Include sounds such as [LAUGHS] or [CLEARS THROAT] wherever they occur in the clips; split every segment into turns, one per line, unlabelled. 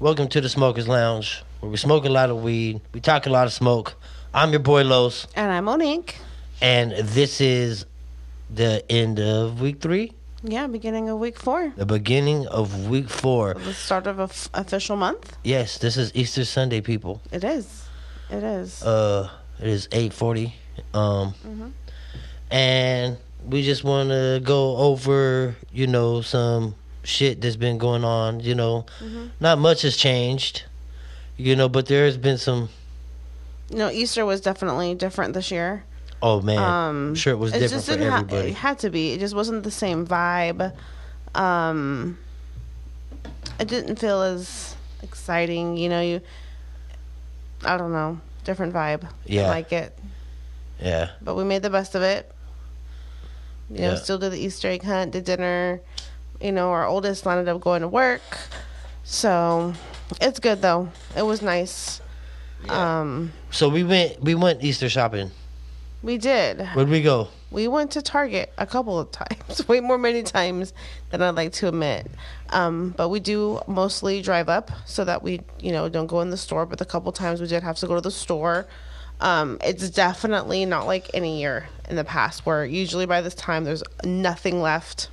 Welcome to the Smokers Lounge, where we smoke a lot of weed, we talk a lot of smoke. I'm your boy Los,
And I'm Monique.
and this is the end of week three,
Yeah, beginning of week four.
the beginning of week four.
The start of a f- official month.
Yes, this is Easter Sunday, people.
It is. It is.
Uh, it is eight forty, um,
Mm-hmm.
and we just want to go over, you know, some shit that's been going on. You know,
Mm-hmm.
not much has changed, you know, but there has been some.
no, Easter was definitely different this year.
Oh man,
Um,
sure, it was
it
different
just
for
didn't ha-
everybody.
it had to be. It just wasn't the same vibe. Um, it didn't feel as exciting. You know, you. I don't know. Different vibe.
Yeah.
I like it.
yeah,
But we made the best of it. You know,
Yeah.
still did the Easter egg hunt, did dinner. You know, our oldest ended up going to work. So it's good though. It was nice. Um
so we went, we went Easter shopping.
we did.
Where'd we go?
We went to Target a couple of times, [LAUGHS] way more many times than I'd like to admit. Um, but we do mostly drive up so that we, you know, don't go in the store. But the couple times we did have to go to the store, um, it's definitely not like any year in the past where usually by this time there's nothing left.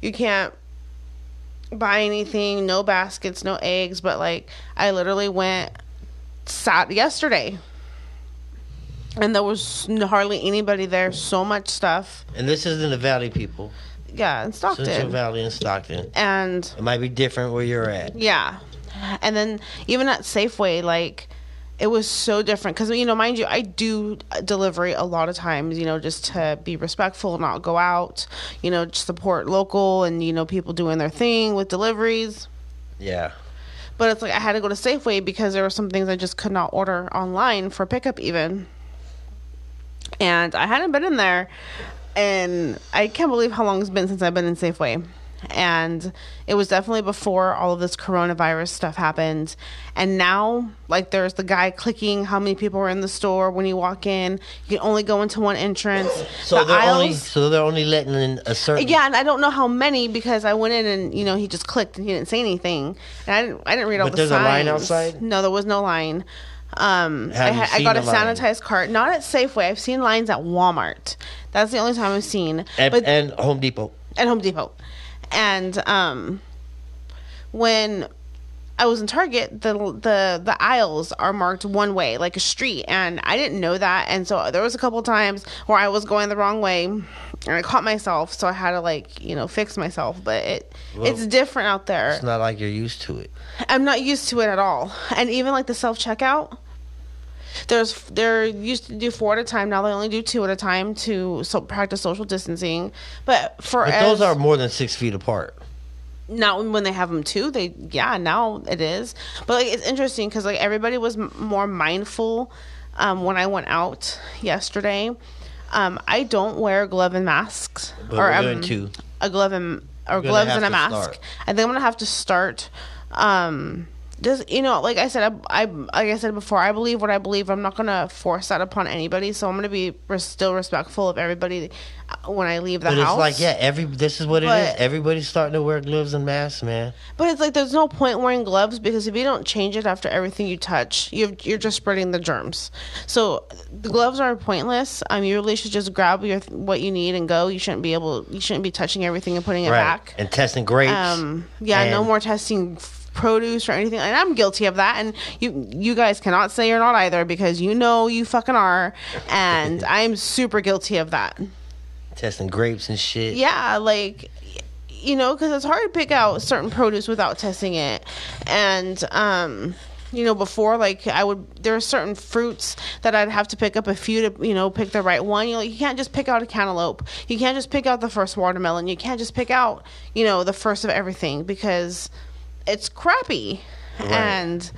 You can't buy anything, no baskets, no eggs. But like, I literally went sat yesterday and there was n- hardly anybody there. So much stuff.
And this is in the Valley, people,
Yeah, in
Central
Stockton.
Valley and Stockton.
And
It might be different where you're at.
yeah, and then even at Safeway, like it was so different because you know, mind you, I do delivery a lot of times. You know, just to be respectful, not go out. You know, support local and you know people doing their thing with deliveries.
Yeah,
But it's like I had to go to Safeway because there were some things I just could not order online for pickup even. And I hadn't been in there and I can't believe how long it's been since I've been in Safeway. And it was definitely before all of this coronavirus stuff happened. And now, like, there's the guy clicking how many people are in the store when you walk in. You can only go into one entrance.
so
The
they're only,
aisles-
so they're only letting in a certain.
yeah, and I don't know how many because I went in and you know he just clicked and he didn't say anything, and I didn't I didn't read all
But
the
there's a
signs.
line outside?
No, there was no line. Um, I,
Have you
ha- I
seen
got
a
a
line?
sanitized cart, not at Safeway. I've seen lines at Walmart. That's the only time I've seen.
and,
but
and Home Depot.
at Home Depot. And um, when I was in Target, the the the aisles are marked one way, like a street, and I didn't know that. And so there was a couple times where I was going the wrong way, and I caught myself, so I had to like you know fix myself. But it
Well,
it's different out there.
It's not like you're used to it.
I'm not used to it at all. And even like the self checkout, there's they're used to do four at a time. Now they only do two at a time to so practice social distancing. But for
But
as-
those are more than six feet apart.
now when they have them too they yeah now it is but like it's interesting because like everybody was m- more mindful um, when i went out yesterday um, i don't wear a glove and masks
But we're
um,
going to.
a glove and or
gonna
gloves
have
and a
to
mask
start.
i think i'm gonna have to start um just you know like i said I, I like i said before i believe what i believe i'm not gonna force that upon anybody so i'm gonna be res- still respectful of everybody uh, when i leave the
But it's
house
like, yeah, every this is what it is.
But-
Everybody's starting to wear gloves and masks, man.
But it's like there's no point wearing gloves because if you don't change it after everything you touch, you've, you're just spreading the germs. So the gloves are pointless. Um, you really should just grab your what you need and go. You shouldn't be able. You shouldn't be touching everything and putting it back.
And testing grapes.
Um, yeah, no
And-
more testing f- produce or anything. And I'm guilty of that. And you you guys cannot say you're not either because you know you fucking are. And I'm super guilty of that.
testing grapes and shit.
Yeah, like y- you know, because it's hard to pick out certain produce without testing it, and um. You know, before like I would, there are certain fruits that I'd have to pick up a few to, you know, pick the right one. You know, you can't just pick out a cantaloupe. You can't just pick out the first watermelon. You can't just pick out, you know, the first of everything because it's crappy. And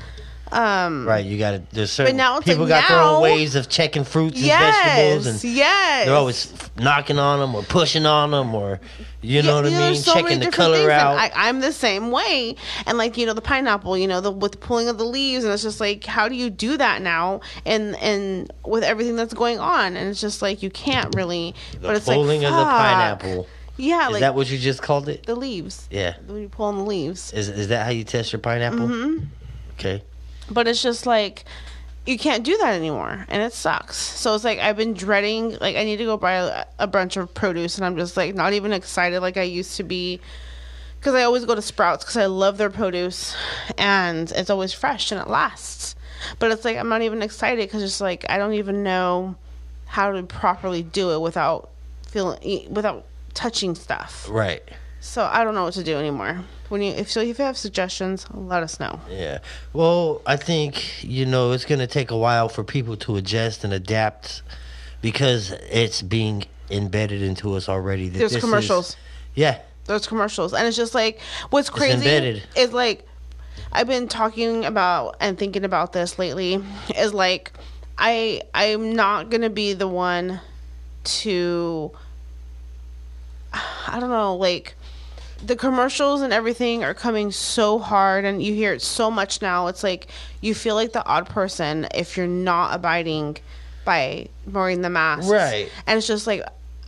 um,
Right, you got to There's certain
now it's like,
people got their
now-
own ways of checking fruits and
yes,
vegetables, and
yes,
they're always knocking on them or pushing on them or you know what
Yeah,
I mean,
there's so many
checking the
different
color
things,
out.
and I, I'm the same way, and like you know the pineapple, you know the with the pulling of the leaves, and it's just like how do you do that now? And and with everything that's going on, and it's just like you can't really.
the
but it's
pulling
like,
of the
fuck.
pineapple.
Yeah,
Is
like
that what you just called it?
the leaves.
Yeah.
When you pull on the leaves.
Is is that how you test your pineapple?
hmm
Okay.
But it's just like you can't do that anymore, and it sucks. So it's like I've been dreading. Like I need to go buy a, a bunch of produce, and I'm just like not even excited like I used to be. Because I always go to Sprouts because I love their produce, and it's always fresh and it lasts. But it's like I'm not even excited because it's like I don't even know how to properly do it without feeling e, without touching stuff.
Right.
So I don't know what to do anymore. When you if so if you have suggestions, let us know.
Yeah. Well, I think, you know, it's going to take a while for people to adjust and adapt because it's being embedded into us already. that
There's
this is-
commercials.
yeah.
There's commercials, and it's just like what's crazy
embedded.
is like I've been talking about and thinking about this lately. Is like I I'm not gonna be the one to I don't know like the commercials and everything are coming so hard and you hear it so much now it's like you feel like the odd person if you're not abiding by wearing the mask
Right.
and it's just like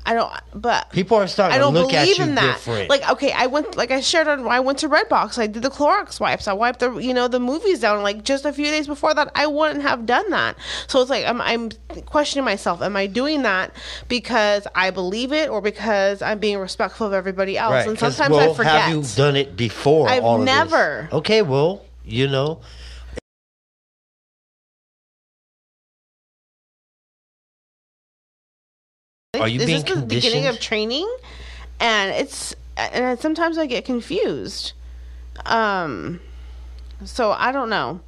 i don't but
People are starting
I don't
to look at
believe
you
in that.
different.
Like, okay, I went, like I shared on, I went to Redbox. I did the Clorox wipes. I wiped the, you know, the movies down. Like just a few days before that, I wouldn't have done that. So it's like I'm, I'm questioning myself. Am I doing that because I believe it or because I'm being respectful of everybody else?
right.
And
'cause,
sometimes
well,
I forget.
Have you done it before?
I've
all of this?
never.
Okay, well, you know, Are you
is
being
this the beginning
conditioned?
of training? And it's and I, sometimes I get confused. Um, so I don't know.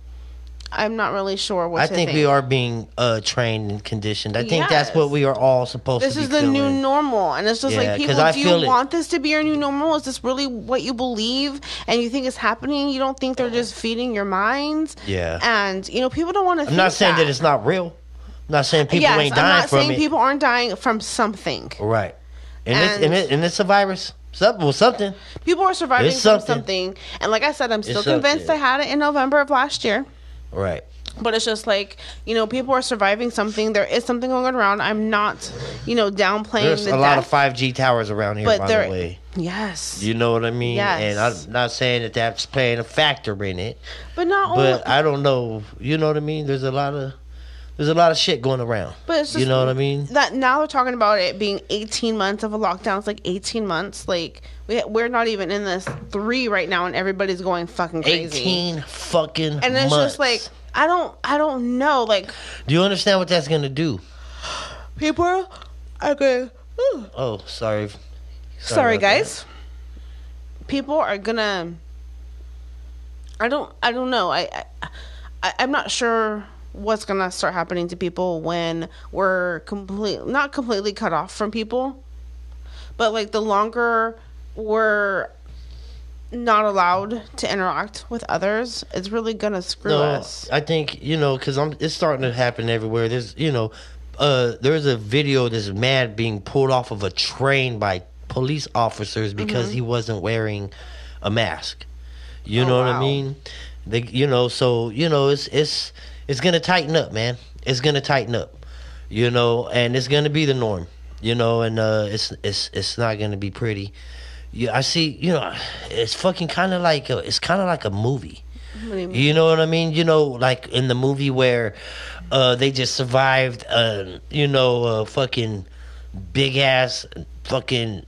I'm not really sure what
I
to
think we are being uh, trained and conditioned. I think that's what
Yes.
we are all supposed
This
to be
is the new
feeling.
normal, and it's just
Yeah,
like
'cause
people.
I
Do
feel
you
it.
want this to be your new normal? Is this really what you believe and you think is happening? You don't think they're just feeding your minds?
Yeah.
And you know, people don't want to.
I'm not saying that. it's not real. I'm not saying people
yes,
ain't dying
I'm not
from
saying
it.
people aren't dying from something.
Right. And, it's,
And-
and, it, and it's a virus. Something, well, something.
People are surviving
It's
from
something.
something, and like I said, I'm still
something.
convinced I had it in November of last year.
Right.
but it's just like you know people are surviving something there is something going around i'm not you know downplaying
There's
the
a lot
death,
of 5G towers around here,
but
by
there
the way.
yes
You know what I mean?
Yes.
And I'm not saying that that's playing a factor in it,
but not
but
only
I don't know. You know what I mean? There's a lot of there's a lot of shit going around.
But it's
you
just-
know what I mean?
that now they're talking about it being 18 months of a lockdown it's like 18 months like we, we're not even in this three right now and everybody's going fucking crazy
18 fucking
and it's
months.
just like i don't i don't know like
Do you understand what that's going to do?
people are going "Ooh,
Oh, sorry.
Sorry,
about that.
guys. People are gonna. I don't. I don't know. I, I- I. I'm not sure what's gonna start happening to people when we're complete, not completely cut off from people, but like the longer we're not allowed to interact with others, it's really gonna screw us.
I think you know because I'm. It's starting to happen everywhere. There's you know, uh, there's a video of this man being pulled off of a train by police officers because he wasn't wearing a mask. You
Mm-hmm. Oh,
know what I
wow.
mean? They, you know, so you know, it's it's it's gonna tighten up, man. It's gonna tighten up, you know, and it's gonna be the norm, you know, and uh, it's it's it's not gonna be pretty. Yeah, I see. You know, it's fucking kind of like a, it's kind of like a movie.
What do you mean?
You know what I mean? You know, like in the movie where uh, they just survived, uh, you know, a fucking big ass fucking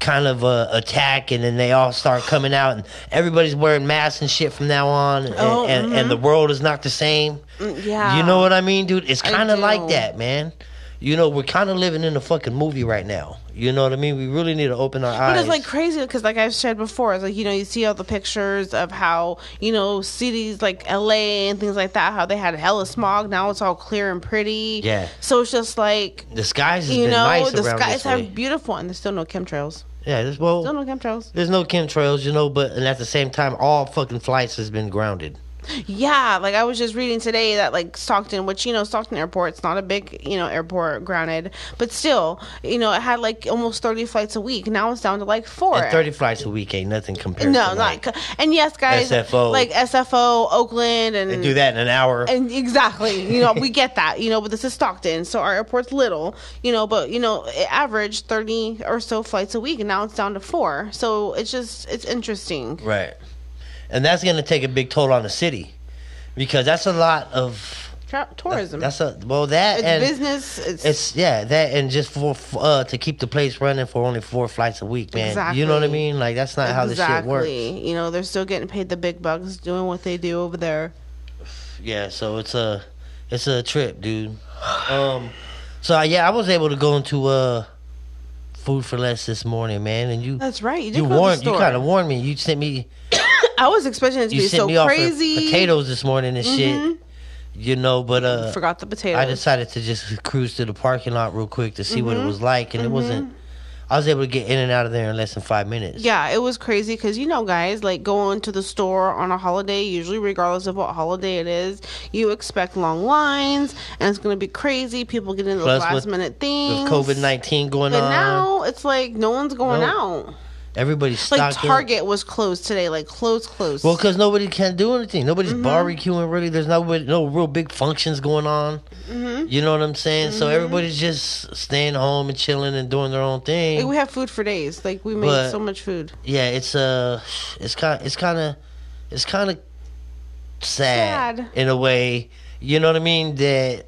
kind of a attack, and then they all start
[SIGHS]
coming out, and everybody's wearing masks and shit from now on, and,
Oh,
and, and the world is not the same.
Mm, yeah.
You know what I mean, dude? It's
I
kind of like
do.
that, man. You know, we're kind of living in a fucking movie right now. You know what I mean? We really need to open our eyes.
But it's like crazy because, like I've said before, it's like you know you see all the pictures of how you know cities like LA and things like that, how they had hella smog. Now it's all clear and pretty.
Yeah.
So it's just like
the skies has
you
been
know
nice
the
around
skies
this way.
are beautiful, and there's still no chemtrails.
yeah, this, well,
Still no chemtrails.
There's no chemtrails, you know, but and at the same time, all fucking flights has been grounded.
Yeah, like I was just reading today that like Stockton, which you know Stockton Airport's not a big you know airport, grounded, but still you know it had like almost thirty flights a week. Now it's down to like four.
And 30 flights a week ain't nothing compared
no,
to
not
like,
c- and yes, guys,
SFO.
like SFO, Oakland, and
they do that in an hour.
and exactly, you know,
[LAUGHS]
we get that, you know, but this is Stockton, so our airport's little, you know, but you know, it averaged thirty or so flights a week, and now it's down to four. So it's just it's interesting.
right. And that's going to take a big toll on the city because that's a lot of
Tra- tourism,
That's a well that
it's
and
business. It's,
it's yeah that and just for f- uh to keep the place running for only four flights a week, man. You know what I
Exactly.
mean? Like that's not how this shit works.
You know, they're still getting paid the big bucks doing what they do over there.
Yeah, so it's a it's a trip, dude. Um, so yeah, I was able to go into uh food for less this morning, man, and you.
That's right. Uh, You did
you
go to the
warned you
store.
kind of warned me. You sent me
I was expecting it to
you
be
sent
so
me off
crazy.
for potatoes this morning and shit.
Mhm.
You know, but uh,
Forgot the potatoes. Mm-hmm.
I decided to just cruise to the parking lot real quick to see what it was like, and it wasn't. I was able to get in and out of there in less than five minutes.
yeah, it was crazy because you know, guys, like going to the store on a holiday, usually regardless of what holiday it is, you expect long lines and it's going to be crazy. People getting those
Plus
last
with-
minute things.
With COVID nineteen going
But
on,
now it's like no one's going
No.
out.
everybody's
Like
stocked up.
Target was closed today. Like closed, closed.
Well, because nobody can do anything. Nobody's
Mm-hmm.
barbecuing really. There's no no real big functions going on.
Mm-hmm.
You know what I'm saying? So everybody's just staying home and chilling and doing their own thing.
like, we have food for days. Like we made
But-
so much food.
yeah, it's uh, it's kind it's kind of it's kind of sad,
Sad.
in a way. You know what I mean? That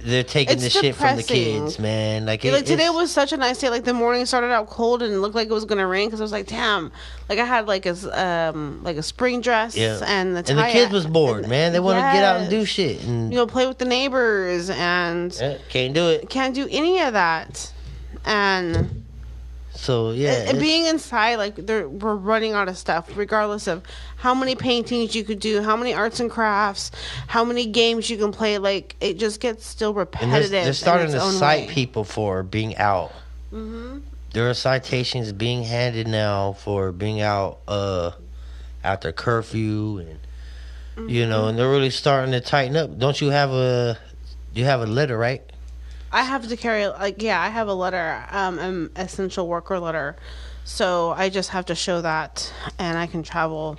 they're taking
It's
the shit from the
depressing.
kids, man. Like,
Yeah,
it-
like today
it's-
was such a nice day. Like the morning started out cold and it looked like it was gonna rain because I was like, damn. Like I had like a s- um like a spring dress
Yeah.
and the
and the
tie-
kids was bored,
and-
man. They want to get out and do
uh, Yes.
shit, and
You know, play with the neighbors and
yeah, can't do it.
can't do any of that. And
So yeah,
and
it's-
being inside, like they're, we're running out of stuff, regardless of how many paintings you could do, how many arts and crafts, how many games you can play. Like it just gets still
and
repetitive.
they're, they're
in
starting
its
to
own
cite
way. Mm-hmm.
people for being out. There are citations being handed now for being out uh, after curfew, and you
Mm-hmm.
know, and they're really starting to tighten up. Don't you have a you have a letter, right?
I have to carry like yeah, I have a letter, um, an essential worker letter, so I just have to show that, and I can travel.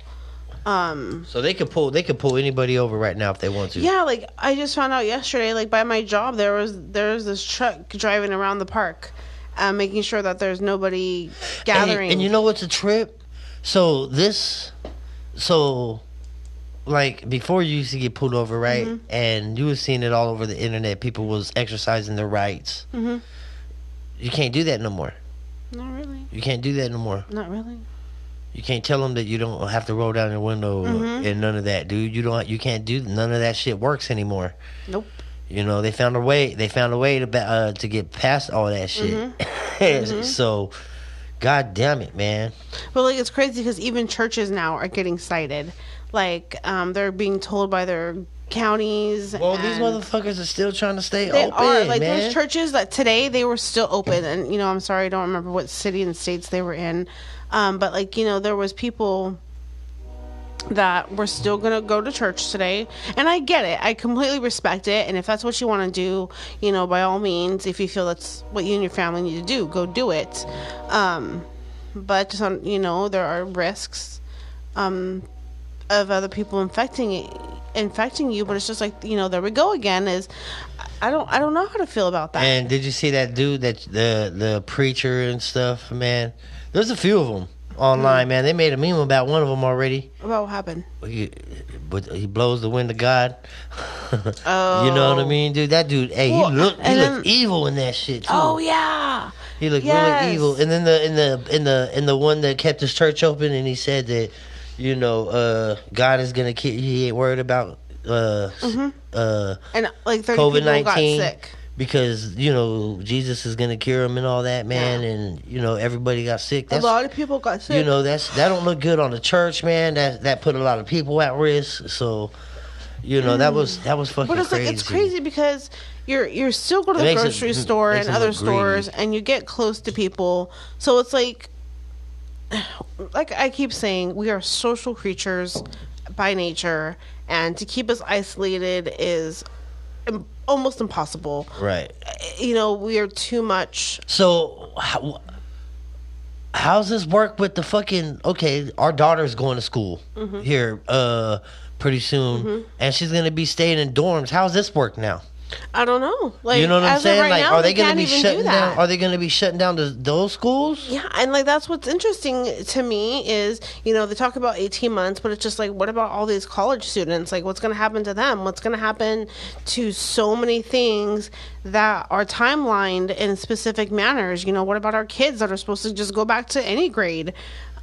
Um,
So they could pull they could pull anybody over right now if they want to.
yeah, like I just found out yesterday, like by my job, there was there was this truck driving around the park, uh, making sure that there's nobody
And-
gathering.
And, you know what's a trip? So this, so like before you used to get pulled over, right?
Mm-hmm.
And you were seeing it all over the internet. People was exercising their rights.
Mhm.
You can't do that no more.
not really,
You can't do that no more.
not really.
You can't tell them that you don't have to roll down your window
Mm-hmm.
and none of that, dude. You don't. You can't do none of that. Shit works anymore.
Nope.
You know they found a way. They found a way to ba- uh, to get past all that shit. [LAUGHS]
Mm-hmm.
so, god damn it, man.
But like it's crazy because even churches now are getting cited, like um, they're being told by their counties.
Well, these
and-
motherfuckers are still trying to stay
They
open,
are like
man.
there's churches that today they were still open, and you know I'm sorry I don't remember what city and states they were in, um, but like you know there was people that were still gonna go to church today, and I get it, I completely respect it, and if that's what you want to do, you know by all means, if you feel that's what you and your family need to do, go do it, um, but just on, you know there are risks um, of other people infecting it infecting you but it's just like you know there we go again is i don't i don't know how to feel about that
and did you see that dude that the the preacher and stuff, man? There's a few of them
Hmm.
online, man. They made a meme about one of them already.
about what happened
He, but he blows the wind of God. [LAUGHS]
Oh.
You know what I mean, dude? That dude, hey,
Well,
he looked he
and
looked
then-
evil in that shit too.
oh yeah
He looked really
Yes.
evil. And then the in the in the in the one that kept his church open, and he said that, you know, uh, God is gonna kill. He ain't worried about uh s-
Mm-hmm.
uh
and like 30 people got
COVID-19.
sick
because you know Jesus is gonna cure him and all that, man.
Yeah.
And you know everybody got sick.
a
That's
lot of people got sick
you know that's that don't look good on the church, man. That that put a lot of people at risk. So you know that was that was fucking
but it's
crazy.
like it's crazy because you're you're still go to
It
the
makes it-
grocery
mm,
store
makes
and
it look
other stores and you get close to people so [SIGHS] it's like like i keep saying we are social creatures by nature, and to keep us isolated is im- almost impossible.
Right.
You know, we are too much.
So, how, how's this work with the fucking? Okay, our daughter's going to school
Mm-hmm.
here uh pretty soon, and she's gonna be staying in dorms. How's this work now?
I don't know. Like,
you know what I'm
as of
saying?
right
like,
now,
are they gonna
can't
be
even do
shutting
that.
down? Are they gonna be shutting down the, those schools?
Yeah, and like that's what's interesting to me is, you know, they talk about 18 months, but it's just like, what about all these college students? Like, what's going to happen to them? What's going to happen to so many things that are timelined in specific manners? You know, what about our kids that are supposed to just go back to any grade?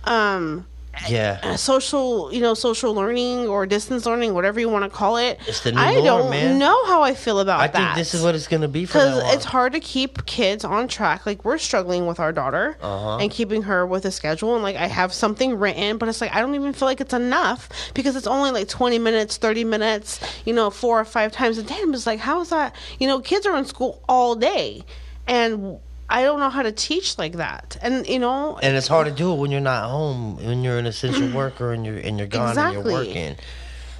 Um,
Yeah.
social, you know, social learning or distance learning, whatever you want to call it.
It's the new
I
norm,
don't
man.
know how I feel about
I
that.
think this is what it's gonna be for now
Because
on.
it's hard to keep kids on track. Like we're struggling with our daughter
Uh-huh.
and keeping her with a schedule. And like I have something written, but it's like I don't even feel like it's enough because it's only like twenty minutes, thirty minutes. You know, four or five times a day. I'm just like, how is that? You know, kids are in school all day, and I don't know how to teach like that. And you know,
and it's hard to do it when you're not home, when you're an essential worker and you're and you're gone and
Mm. Exactly. Uh,
you're working,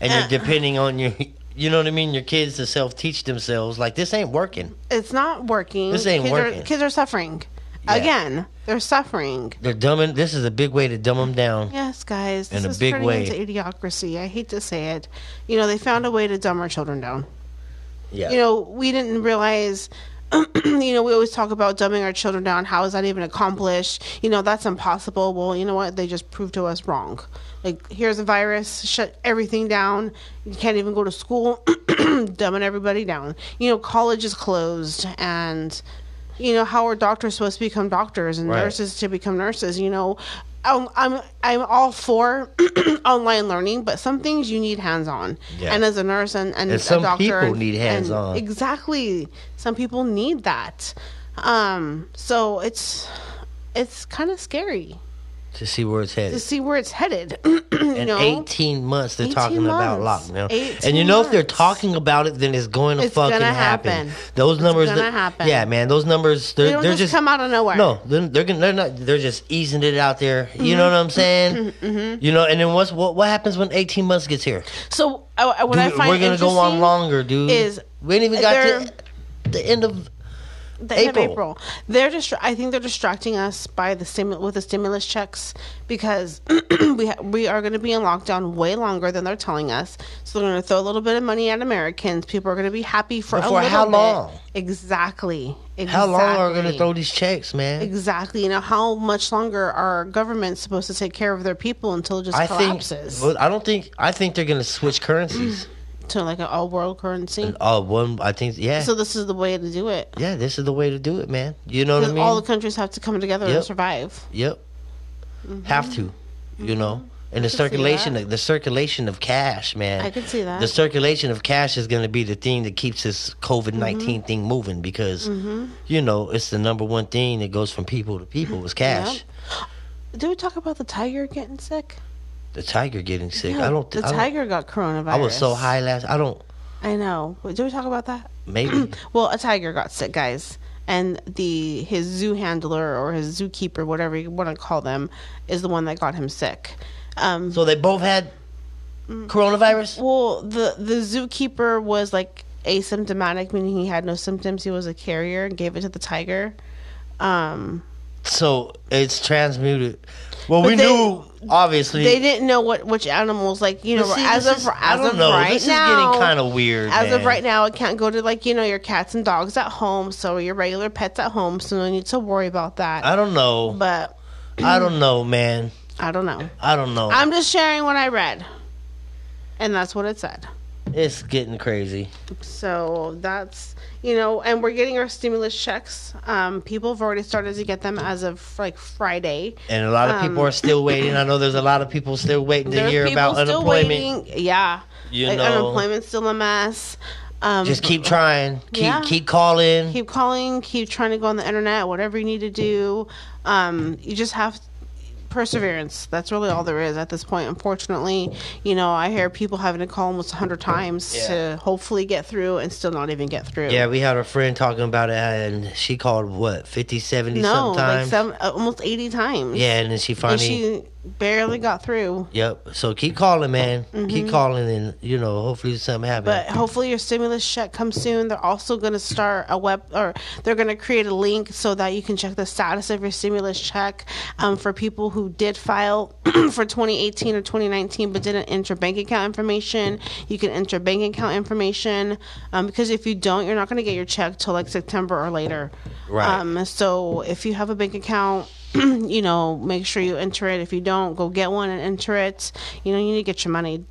and you're depending on your, [LAUGHS] you know what I mean, your kids to self teach themselves. Like this ain't working.
it's not working.
This ain't
kids
working.
Are, kids are suffering.
Yeah.
Again, they're suffering.
They're dumbing. This is a big way to dumb them down.
Yes, guys. This
In a
is
big
turning
way.
into idiocracy. I hate to say it. You know, they found a way to dumb our children down.
Yeah.
You know, we didn't realize. [CLEARS THROAT] you know, we always talk about dumbing our children down. How is that even accomplished? You know, that's impossible. Well, you know what? They just proved to us wrong. Like, here's a virus, shut everything down. You can't even go to school, [CLEARS THROAT] dumbing everybody down. You know, college is closed, and you know how are doctors supposed to become doctors and
Right.
nurses to become nurses you know I'm I'm, I'm all for [CLEARS THROAT] online learning, but some things you need hands on.
Yeah.
And as a nurse and, and,
And
a
some
doctor,
people
and-
need hands-on.
and Exactly. Some people need that. Um, so it's it's kind of scary
to see where it's
to
headed.
see where it's headed. [CLEARS THROAT] you
In
know,
18 months, they're talking
18
about
months.
lockdown.
18
And you know, if they're
months.
talking about it, then it's going to
It's
fucking
gonna
happen.
happen.
Those
It's
numbers.
gonna
that-
happen.
Yeah, man. Those numbers,
they
they're,
don't
they're
just, come out of nowhere.
No, they're, they're gonna- they're not. They're just easing it out there. You know what
Mm-hmm.
I'm saying? You know, and then what's what? What happens when 18 months gets here?
So I, I- what I
Dude,
find
we're gonna go on
interesting
longer, dude.
is
we ain't even got
they're-
to the end of.
the end
April.
of April. They're distra- I think they're distracting us by the stimu- with the stimulus checks because [CLEARS THROAT] we ha- we are going to be in lockdown way longer than they're telling us. So they're going to throw a little bit of money at Americans. People are going to be happy for
But
a
for
little
how
bit.
long?
Exactly. Exactly.
How long are we gonna throw these checks, man?
Exactly. You know how much longer are governments supposed to take care of their people until it just
I think.
collapses
Well, I don't think. I think they're gonna switch currencies.
[CLEARS THROAT] to like an all world currency?
Oh, one. I think. Yeah.
So this is the way to do it.
yeah. This is the way to do it, man. You know what I
Because
mean?
all the countries have to come together
Yep.
and survive.
Yep.
Mm-hmm.
Have to, you know. And the
could Mm-hmm. see
circulation,
that.
of, the circulation of cash, man.
I could see that.
The circulation of cash is going to be the thing that keeps this COVID
Mm-hmm.
19 thing moving because, you know, it's the number one thing that goes from people to people is cash.
Yep. Did we talk about the tiger getting sick?
The tiger getting sick. I don't.
The
I don't-
tiger got coronavirus.
I was so high last. I don't.
I know. Wait, Did we talk about that? [CLEARS THROAT]
Maybe.
Well, a tiger got sick, guys, and the his zoo handler or his zookeeper, whatever you want to call them, is the one that got him sick. Um,
so they both had
Mm.
coronavirus.
well, the the zookeeper was like asymptomatic, meaning he had no symptoms. He was a carrier and gave it to the tiger. Um,
So it's transmuted. Well,
But
we
they-
knew obviously.
they didn't know what which animals, like you know,
But see,
as
this
of
is- I
as
don't
of
know.
right
this
now,
is getting kind of weird.
As of
man.
right now, it can't go to like you know your cats and dogs at home, so your regular pets at home, so no need to worry about that.
I don't know.
but
I don't know, man.
I don't know.
I don't know.
I'm just sharing what I read, and that's what it said.
it's getting crazy.
So that's you know, and we're getting our stimulus checks. Um, people have already started to get them as of like Friday.
And a lot of people
Um,
are still waiting.
[COUGHS]
I know there's a lot of people still waiting to hear about unemployment.
waiting. Yeah,
You
like,
know.
unemployment's still a mess. Um,
Just keep trying. Keep
Yeah.
keep calling.
keep calling keep trying to go on the internet whatever you need to do um, you just have perseverance that's really all there is at this point unfortunately you know i hear people having to call almost 100 times
Yeah.
to hopefully get through and still not even get through
yeah, we had a friend talking about it and she called what, 50, 70
no like
sometimes.
some uh, almost 80 times
yeah, and then she
and
finally
she barely got through.
Yep. So keep calling, man. Keep calling, and you know, hopefully something
Mm-hmm. But
happens.
hopefully your stimulus check comes soon. They're also going to start a web, or they're going to create a link so that you can check the status of your stimulus check um, for people who did file [CLEARS THROAT] for 2018 or 2019 but didn't enter bank account information. You can enter bank account information um, because if you don't, you're not going to get your check till like September or later.
Right.
Um, so if you have a bank account, [CLEARS THROAT] you know, make sure you enter it. If you don't, go get one and enter it. You know, you need to get your money.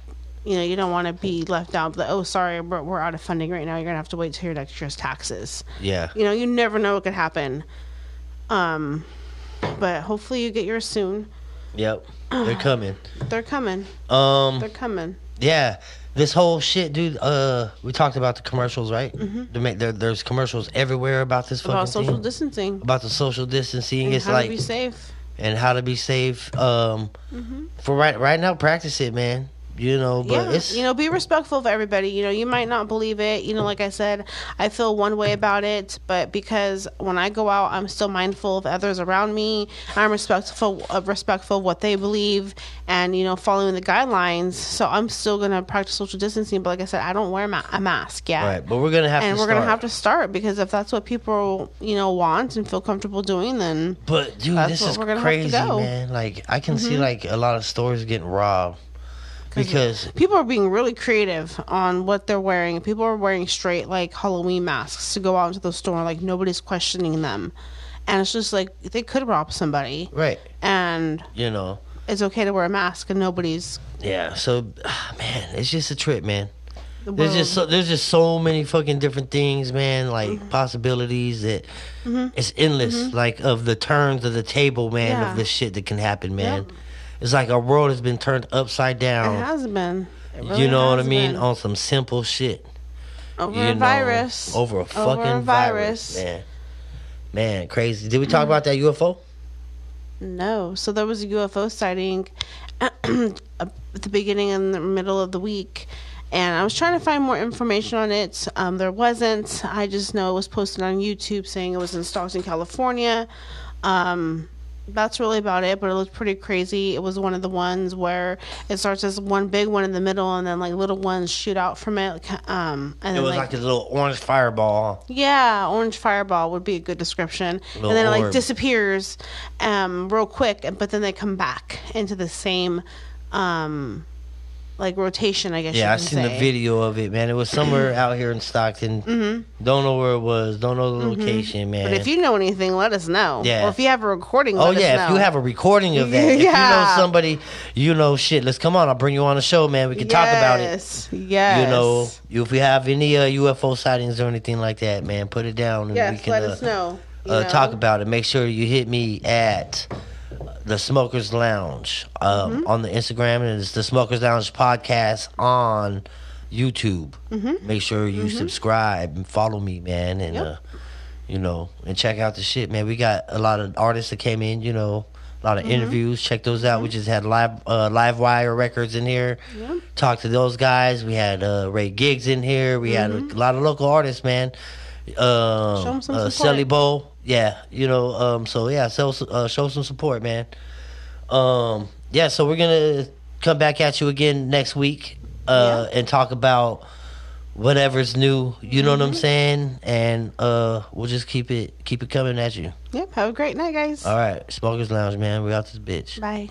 You know, you don't want to be left out. Like, oh, sorry, but we're out of funding right now. You're gonna have to wait till your next year's taxes.
yeah.
You know, you never know what could happen. Um, but hopefully you get yours soon.
Yep.
[SIGHS]
They're coming.
They're coming.
Um.
They're coming.
Yeah. This whole shit, dude. Uh, we talked about the commercials, right? Mm-hmm. They make, there, there's commercials everywhere about this fucking
About social
thing.
distancing.
about the social distancing.
and
it's
how
like
to be safe. Mm-hmm.
and how to be safe. Um, for right right now, practice it, man. You know, but
yeah,
it's
you know, be respectful of everybody. You know, you might not believe it. You know, like I said, I feel one way about it, but because when I go out, I'm still mindful of others around me. I'm respectful, uh, respectful of what they believe, and you know, following the guidelines. So I'm still gonna practice social distancing. But like I said, I don't wear ma- a mask yet.
right. But we're gonna have
And
to
we're
start.
gonna have to start because if that's what people you know want and feel comfortable doing, then
But dude,
That's
this
what
is
we're gonna have to
crazy,
go. Mm-hmm.
man. Like I can see like a lot of stores getting robbed because
people are being really creative on what they're wearing. People are wearing straight like Halloween masks to go out into the store. Like nobody's questioning them, and it's just like they could rob somebody,
right,
and
you know,
it's okay to wear a mask, and nobody's.
yeah. So ah, man, it's just a trip, man.
the
There's
world-
just so, there's just so many fucking different things, man. Like
Mm-hmm.
possibilities that it's endless. Like of the turns of the table, man.
Yeah.
Of the shit that can happen, man. It's like our world has been turned upside
it
down.
has been. It really
you know what I
has
mean?
been.
On some simple shit.
Over
you
a
know,
virus.
Over a fucking virus. Man. Man, crazy. Did we talk
Mm-hmm.
about that UFO?
No. So there was a UFO sighting [CLEARS THROAT] at the beginning and the middle of the week. And I was trying to find more information on it. Um, there wasn't. I just know it was posted on YouTube saying it was in Stockton, California. Um, that's really about it, but it looked pretty crazy. It was one of the ones where it starts as one big one in the middle, and then like little ones shoot out from it. Um, and
It
then,
was like, a little orange fireball.
yeah, orange fireball would be a good description.
Little
and then it
orb.
like disappears um real quick, and- but then they come back into the same um like rotation, I guess you
Yeah, I
can
seen
say.
the video of it, man. It was
[CLEARS THROAT]
somewhere out here in Stockton. Mm-hmm. Don't know where it was. Don't know the location, man.
Mm-hmm. But if you know anything, let us know.
Yeah.
Or if you have a recording,
oh
let us
yeah, if
know.
you have a recording of that, if you know
Yeah.
somebody, you know shit. Let's come on. I'll bring you on the show, man. We can talk about it.
Yes, Yes.
You know, you- if we have any uh, UFO sightings or anything like that, man, put it down and we
Yes,
can
let
uh,
us know. you
uh,
know?
talk about it. Make sure you hit me at the Smokers Lounge um,
Mm-hmm.
on the Instagram, and it's the Smokers Lounge podcast on YouTube. Make sure you subscribe and follow me, man, and
Mm-hmm. Yep.
uh, you know, and check out the shit, man. We got a lot of artists that came in, you know. A lot of
Mm-hmm.
interviews. Check those out. We just had live uh, live wire records in here.
Yep.
Talked to those guys. We had uh, Ray Giggs in here. We had a lot of local artists, man. Um,
Mm-hmm. Show 'em some
uh,
support.
Sally Bow. Yeah, you know. Um, so yeah, so, uh, show some support, man. Um, yeah, so we're gonna come back at you again next week uh, and talk about whatever's new. You know what I'm saying? And uh, we'll just keep it keep it coming at you.
Yep. Have a great night, guys.
All right, Smokers Lounge, man. We out this bitch.
Bye.